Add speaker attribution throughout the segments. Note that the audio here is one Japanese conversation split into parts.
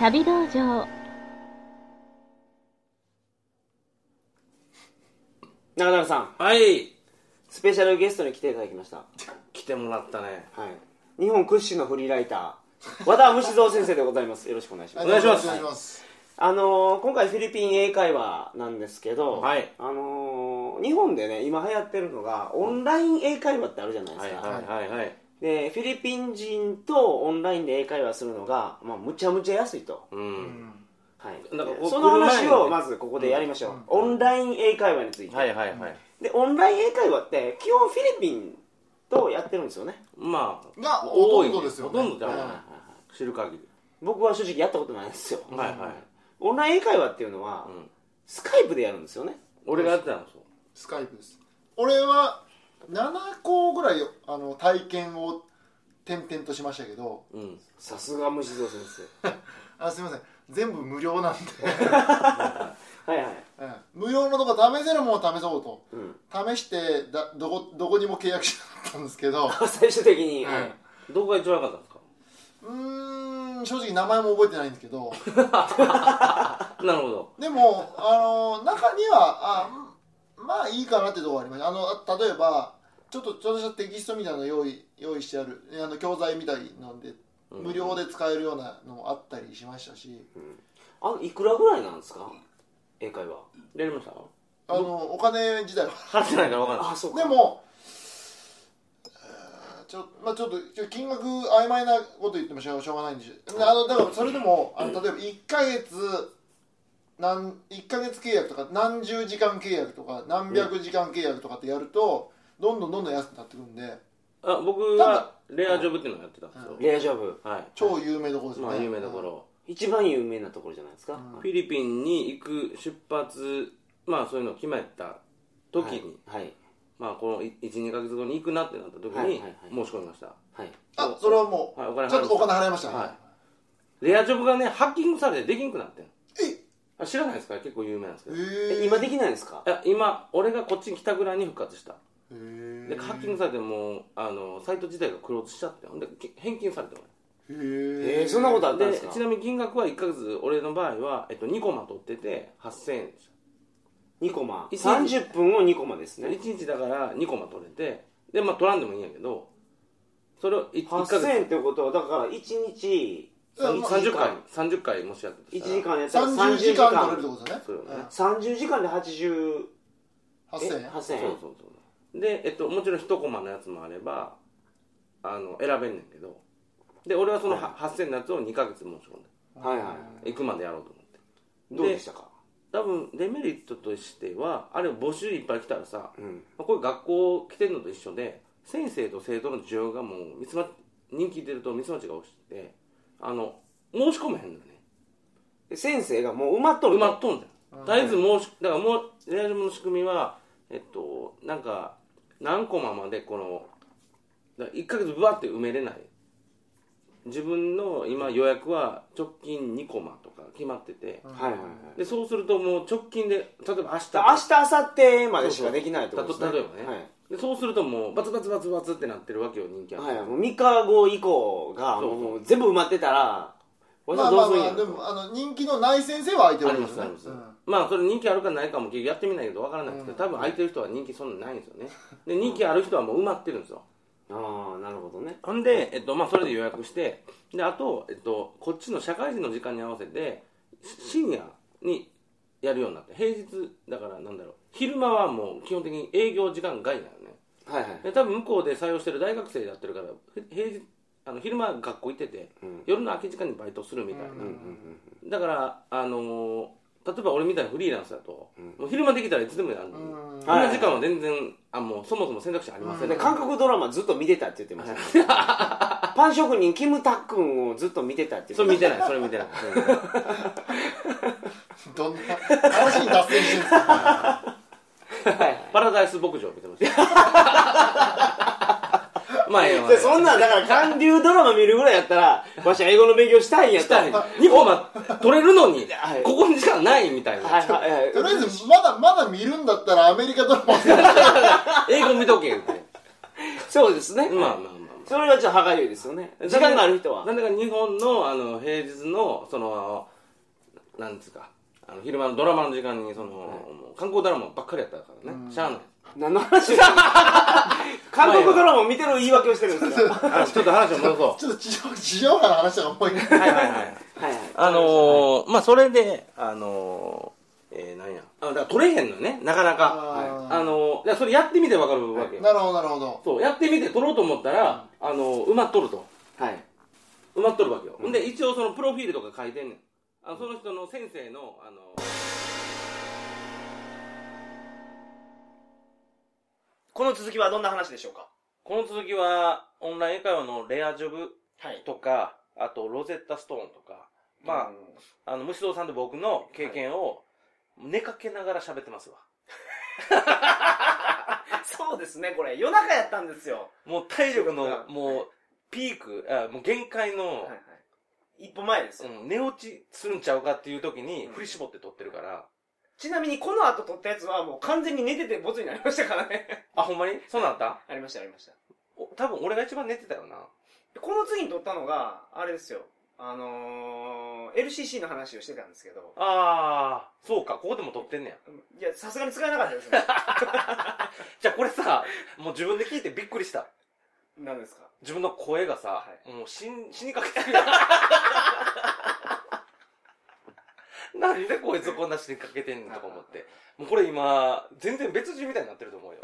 Speaker 1: 旅道場
Speaker 2: 中田さん
Speaker 3: はい
Speaker 2: スペシャルゲストに来ていただきました
Speaker 3: 来てもらったね
Speaker 2: はい日本屈指のフリーライター和田虫蔵先生でございますよろしくお願いします
Speaker 3: お願いします
Speaker 4: お願いします。
Speaker 2: あのー今回フィリピン英会話なんですけど、
Speaker 3: はい
Speaker 2: あのー日本でね今流行ってるのがオンライン英会話ってあるじゃないで
Speaker 3: は
Speaker 2: す
Speaker 3: い
Speaker 2: か、
Speaker 3: はいはいはい
Speaker 2: でフィリピン人とオンラインで英会話するのが、まあ、むちゃむちゃ安いと、
Speaker 3: う
Speaker 4: うんん
Speaker 2: はい、
Speaker 3: なんかこう
Speaker 2: その話
Speaker 3: 来る前に
Speaker 2: を
Speaker 3: ね
Speaker 2: まずここでやりましょう、
Speaker 4: う
Speaker 2: オンライン英会話について、
Speaker 3: はいはいはい
Speaker 2: でオンライン英会話って基本フィリピンとやってるんですよね
Speaker 3: まあ
Speaker 4: が
Speaker 3: 多い
Speaker 4: ほとんどですよね
Speaker 3: ほとんどだ
Speaker 4: う
Speaker 3: か
Speaker 4: ん
Speaker 3: ら知る限り
Speaker 2: 僕は正直やったことないんですよ、
Speaker 3: はいはい
Speaker 2: オンライン英会話っていうのは、
Speaker 3: ん
Speaker 2: スカイプでやるんですよね
Speaker 3: 俺がやってたのそう
Speaker 4: スカイプです。俺は7校ぐらいあの体験を転々としましたけど、
Speaker 3: うん
Speaker 2: さすが虫蔵先
Speaker 4: あすみません、全部無料なん で、
Speaker 2: 生はいはい
Speaker 4: うん無料のとこ試せるもんを試そうと。
Speaker 2: うん
Speaker 4: 試してだどこどこにも契約しなかったんですけど
Speaker 2: 最終的に、
Speaker 4: は
Speaker 3: どこが一番良かったんです
Speaker 4: うーん正直名前も覚えてないんですけど
Speaker 3: かなるほど
Speaker 4: でもあの中にはあうんまあいいかなってとこありましたあの例えばちょっとちょっとしたテキストみたいなの用意用意してあるあの教材みたいなんで
Speaker 3: うん
Speaker 4: 無料で使えるようなのもあったりしましたし、
Speaker 2: あのいくらぐらいなんですか英会話
Speaker 3: やりました
Speaker 4: あのお金自体は
Speaker 3: 払ってないから分かんない
Speaker 2: あそうか
Speaker 4: でもえーちょ,、まあ、ちょっとちょ金額曖昧なこと言ってもしょうしょうがないんでしょあのだからそれでもあの例えば1ヶ月何1ヶ月契約とか何十時間契約とか何百時間契約とかってやると、どんどんどんどん安くなってくるんで
Speaker 3: あ僕はレアジョブっていうのをやってたんですよ
Speaker 2: レアジョブ
Speaker 3: はい
Speaker 4: 超有名どころですね、
Speaker 3: まあ有名どころ
Speaker 2: 一番有名なところじゃないですか、
Speaker 3: フィリピンに行く出発まあそういうの決まった時に
Speaker 2: はいはい
Speaker 3: まあこの12ヶ月後に行くなってなった時
Speaker 2: はいはい
Speaker 3: に
Speaker 2: はい
Speaker 3: 申し込みました
Speaker 2: はい
Speaker 4: あそれはもう、
Speaker 3: はいお金払いまし
Speaker 4: ち
Speaker 3: た
Speaker 4: ゃんとお金払いました、
Speaker 3: はレアジョブがねハッキングされてできんくなってん
Speaker 4: え
Speaker 3: あ知らないですか結構有名なんですけ
Speaker 4: へ
Speaker 3: ど
Speaker 2: え
Speaker 4: え
Speaker 2: 今できないんですか
Speaker 3: あ今俺がこっちに来たぐらいに復活した
Speaker 4: へー
Speaker 3: でハッキングされてもうあのサイト自体がクローズしちゃってほんでけ返金されて
Speaker 4: へ
Speaker 2: え
Speaker 4: ー
Speaker 2: ー、そんなことあったん
Speaker 3: 俺
Speaker 2: で
Speaker 3: です
Speaker 2: か
Speaker 3: ちなみに金額は1ヶ月俺の場合は、えっと、2コマ取ってて8000円でし
Speaker 2: 2コマ
Speaker 3: 一日
Speaker 2: 30分を2コマです
Speaker 3: た
Speaker 2: ね
Speaker 3: 1日だから2コマ取れてでまあ取らんでもいいんやけどそれを 1, ヶ
Speaker 2: 8000円
Speaker 3: 月
Speaker 2: ってことはだから1日
Speaker 4: うんまあ
Speaker 3: 30回30回もしやって
Speaker 2: 1
Speaker 3: としたら
Speaker 2: 時間やったら
Speaker 4: 30
Speaker 2: 30
Speaker 4: 時
Speaker 2: 時
Speaker 4: 間取れるって
Speaker 2: 間
Speaker 4: ことです
Speaker 3: そうよ
Speaker 4: よ
Speaker 3: ね
Speaker 4: ね、うん、
Speaker 2: 30時間で80
Speaker 4: 8000円
Speaker 2: 8000
Speaker 3: そ
Speaker 2: 円
Speaker 3: うそうそうで、えっと、もちろん1コマのやつもあればあの選べんねんけどで俺はそのは8000のやつを2ヶ月申し込ん
Speaker 2: はいは
Speaker 3: で行くまでやろうと思って
Speaker 2: いどうでしたか
Speaker 3: 多分デメリットとしてはあれ募集いっぱい来たらさ、
Speaker 2: うん
Speaker 3: まあこういう学校来てるのと一緒で先生と生徒の需要がもうミスマッチ人気出るとミスマッチが多くてあの申し込めへんのよね
Speaker 2: で先生がもう埋まっとる
Speaker 3: 埋
Speaker 2: と
Speaker 3: まっとんじゃん、とりあえず申しだからもうレアジムの仕組みはえっとなんか何コマまでこのだから1ヶ月ぶわって埋めれない自分の今予約は直近2コマとか決まってて、
Speaker 2: はいはいはい
Speaker 3: でそうするともう直近で例えば明日
Speaker 2: 明日明後日までしかできないってことですね
Speaker 3: たと例えばね、でそうするともうバツバツバツバツってなってるわけよ人気ある、
Speaker 2: はい、はい、もう3日後以降が
Speaker 3: そうそう
Speaker 2: もう全部埋まってたら私
Speaker 4: ま
Speaker 2: は
Speaker 4: あま
Speaker 2: ど
Speaker 4: あ
Speaker 2: うするん
Speaker 4: ま
Speaker 2: や
Speaker 4: あで
Speaker 2: ろと
Speaker 4: もあの人気のない先生は空いてる
Speaker 3: あ
Speaker 4: わ
Speaker 3: り
Speaker 4: けで
Speaker 3: ますす
Speaker 4: よ
Speaker 3: あ
Speaker 4: ね
Speaker 3: ります、
Speaker 4: うん
Speaker 3: まあそれ人気あるかないかも結局やってみないけどわからないんですけど、多分空いてる人は人気そんなないんですよねで人気ある人はもう埋まってるんですよ
Speaker 2: ああなるほどね
Speaker 3: ほんで、えっとまあ、それで予約してであと、えっと、こっちの社会人の時間に合わせてし深夜にやるようになって平日だからなんだろう昼間はもう基本的に営業時間外なのね
Speaker 2: はいはい
Speaker 3: で多分向こうで採用してる大学生やってるからへ平日あの昼間学校行ってて、
Speaker 2: うん
Speaker 3: 夜の空き時間にバイトするみたいな、
Speaker 2: うんうん
Speaker 3: だからあのー例えば俺みたいなフリーランスだと、もう昼間できたらいつでもやるのに、
Speaker 4: うん
Speaker 3: 昼間時間は全然あもうそもそも選択肢ありま
Speaker 2: う
Speaker 3: せ
Speaker 2: ん
Speaker 3: ん、
Speaker 2: で韓国ドラマずっと見てたって言ってま した、ね、パン職人キムタックンをずっと見てたって
Speaker 3: そ
Speaker 2: 言っ
Speaker 3: れ
Speaker 2: て
Speaker 3: 見てないそれ見てない
Speaker 4: どんな話に脱線してるんですか
Speaker 2: ました、はい
Speaker 3: パラダイス牧場見てま したまあええわ
Speaker 2: でそんなんだから韓流ドラマ見るぐらいやったらわしは英語の勉強したいんやと
Speaker 3: したい2個ま取れるのに、
Speaker 2: はい
Speaker 3: ここに時間ないみたいな、
Speaker 2: はいはいはい
Speaker 4: とりあえずまだまだ見るんだったらアメリカドラマを見る
Speaker 3: 英語見とけって
Speaker 2: そうですね、
Speaker 3: まあまあまあまあ
Speaker 2: それはちょっと歯がゆいですよね時間がある人は
Speaker 3: なんだか日本のあの平日のそのなんですかあの昼間のドラマの時間にその、もう韓国ドラマばっかりやったからね、しゃあない
Speaker 2: 何の 話をしてる韓国ドラマを見てる言い訳をしてるんですよは
Speaker 3: あちょっと話を戻そ
Speaker 4: ちょっと地上地上波の話とかもう一
Speaker 3: う
Speaker 4: 回
Speaker 3: はいはいはい
Speaker 2: いはい
Speaker 3: あのー、まあそれであのー、えー、なんやあだから取れへんのよねなかなか
Speaker 4: あー
Speaker 3: あのー、だからそれやってみてわかるわけよ、
Speaker 4: なるほどなるほど
Speaker 3: そうやってみて取ろうと思ったら、あのー、埋まっとると
Speaker 2: はい
Speaker 3: 埋まっとるわけよ、ほんで一応そのプロフィールとか書いてんねんあのその人の先生のあの
Speaker 2: この続きはどんな話でしょうか
Speaker 3: この続きは、オンライン英会話のレアジョブ
Speaker 2: はい
Speaker 3: とか、あとロゼッタストーンとか、まあ、あの、虫堂さんで僕の経験を寝かけながら喋ってますわ。
Speaker 1: そうですね、これ。夜中やったんですよ。
Speaker 3: もう体力
Speaker 1: そう
Speaker 3: の
Speaker 1: か、
Speaker 3: もう、ピーク、あもう限界の、
Speaker 1: はいはい。一歩前ですよ。
Speaker 3: うん寝落ちするんちゃうかっていう時に
Speaker 1: うん
Speaker 3: 振り絞って撮ってるから、
Speaker 1: ちなみにこの後撮ったやつはもう完全に寝ててボツになりましたからね。
Speaker 3: あ、ほんまにそうなんだ
Speaker 1: ありましたありました。
Speaker 3: お多分俺が一番寝てたよな。
Speaker 1: でこの次に撮ったのが、あれですよ。あのー、LCC の話をしてたんですけど、
Speaker 3: あー、そうか、ここでも撮ってんねや。
Speaker 1: いや、さすがに使えなかった ですね。
Speaker 3: じゃあこ れさ、もう自分で聞いてびっくりした。
Speaker 1: 何ですか
Speaker 3: 自分の声がさ、
Speaker 1: は
Speaker 3: もう死ん 死にかけてるなんでこいつこんな死にかけてんのとか思って。もうこれ今、全然別人みたいになってると思うよ。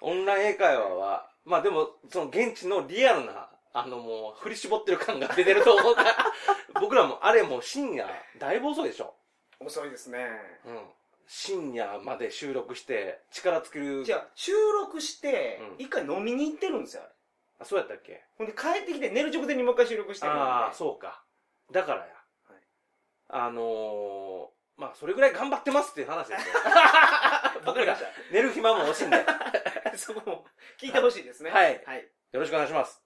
Speaker 3: オンライン英会話は、まあでも、その現地のリアルな、あのもう、振り絞ってる感が出てると思う から、僕らもあれもう深夜、だいぶ遅いでしょ。
Speaker 1: 遅いですね。
Speaker 3: うん。深夜まで収録して、力尽きる。
Speaker 1: じゃあ、収録して、一回飲みに行ってるんですよ、あれ。
Speaker 3: あ、そうやったっけ
Speaker 1: ほんで帰ってきて寝る直前にもう一回収録してるんで。
Speaker 3: ああそうかだからや、あのー、まあそれぐらい頑張ってますっていう話 ですよ
Speaker 1: わか
Speaker 3: 僕
Speaker 1: りま
Speaker 3: ら
Speaker 1: した。
Speaker 3: 寝る暇も惜しいんでよ
Speaker 1: そこも聞いてほしいですね。
Speaker 3: はい
Speaker 1: はい。
Speaker 3: ろしくお願いします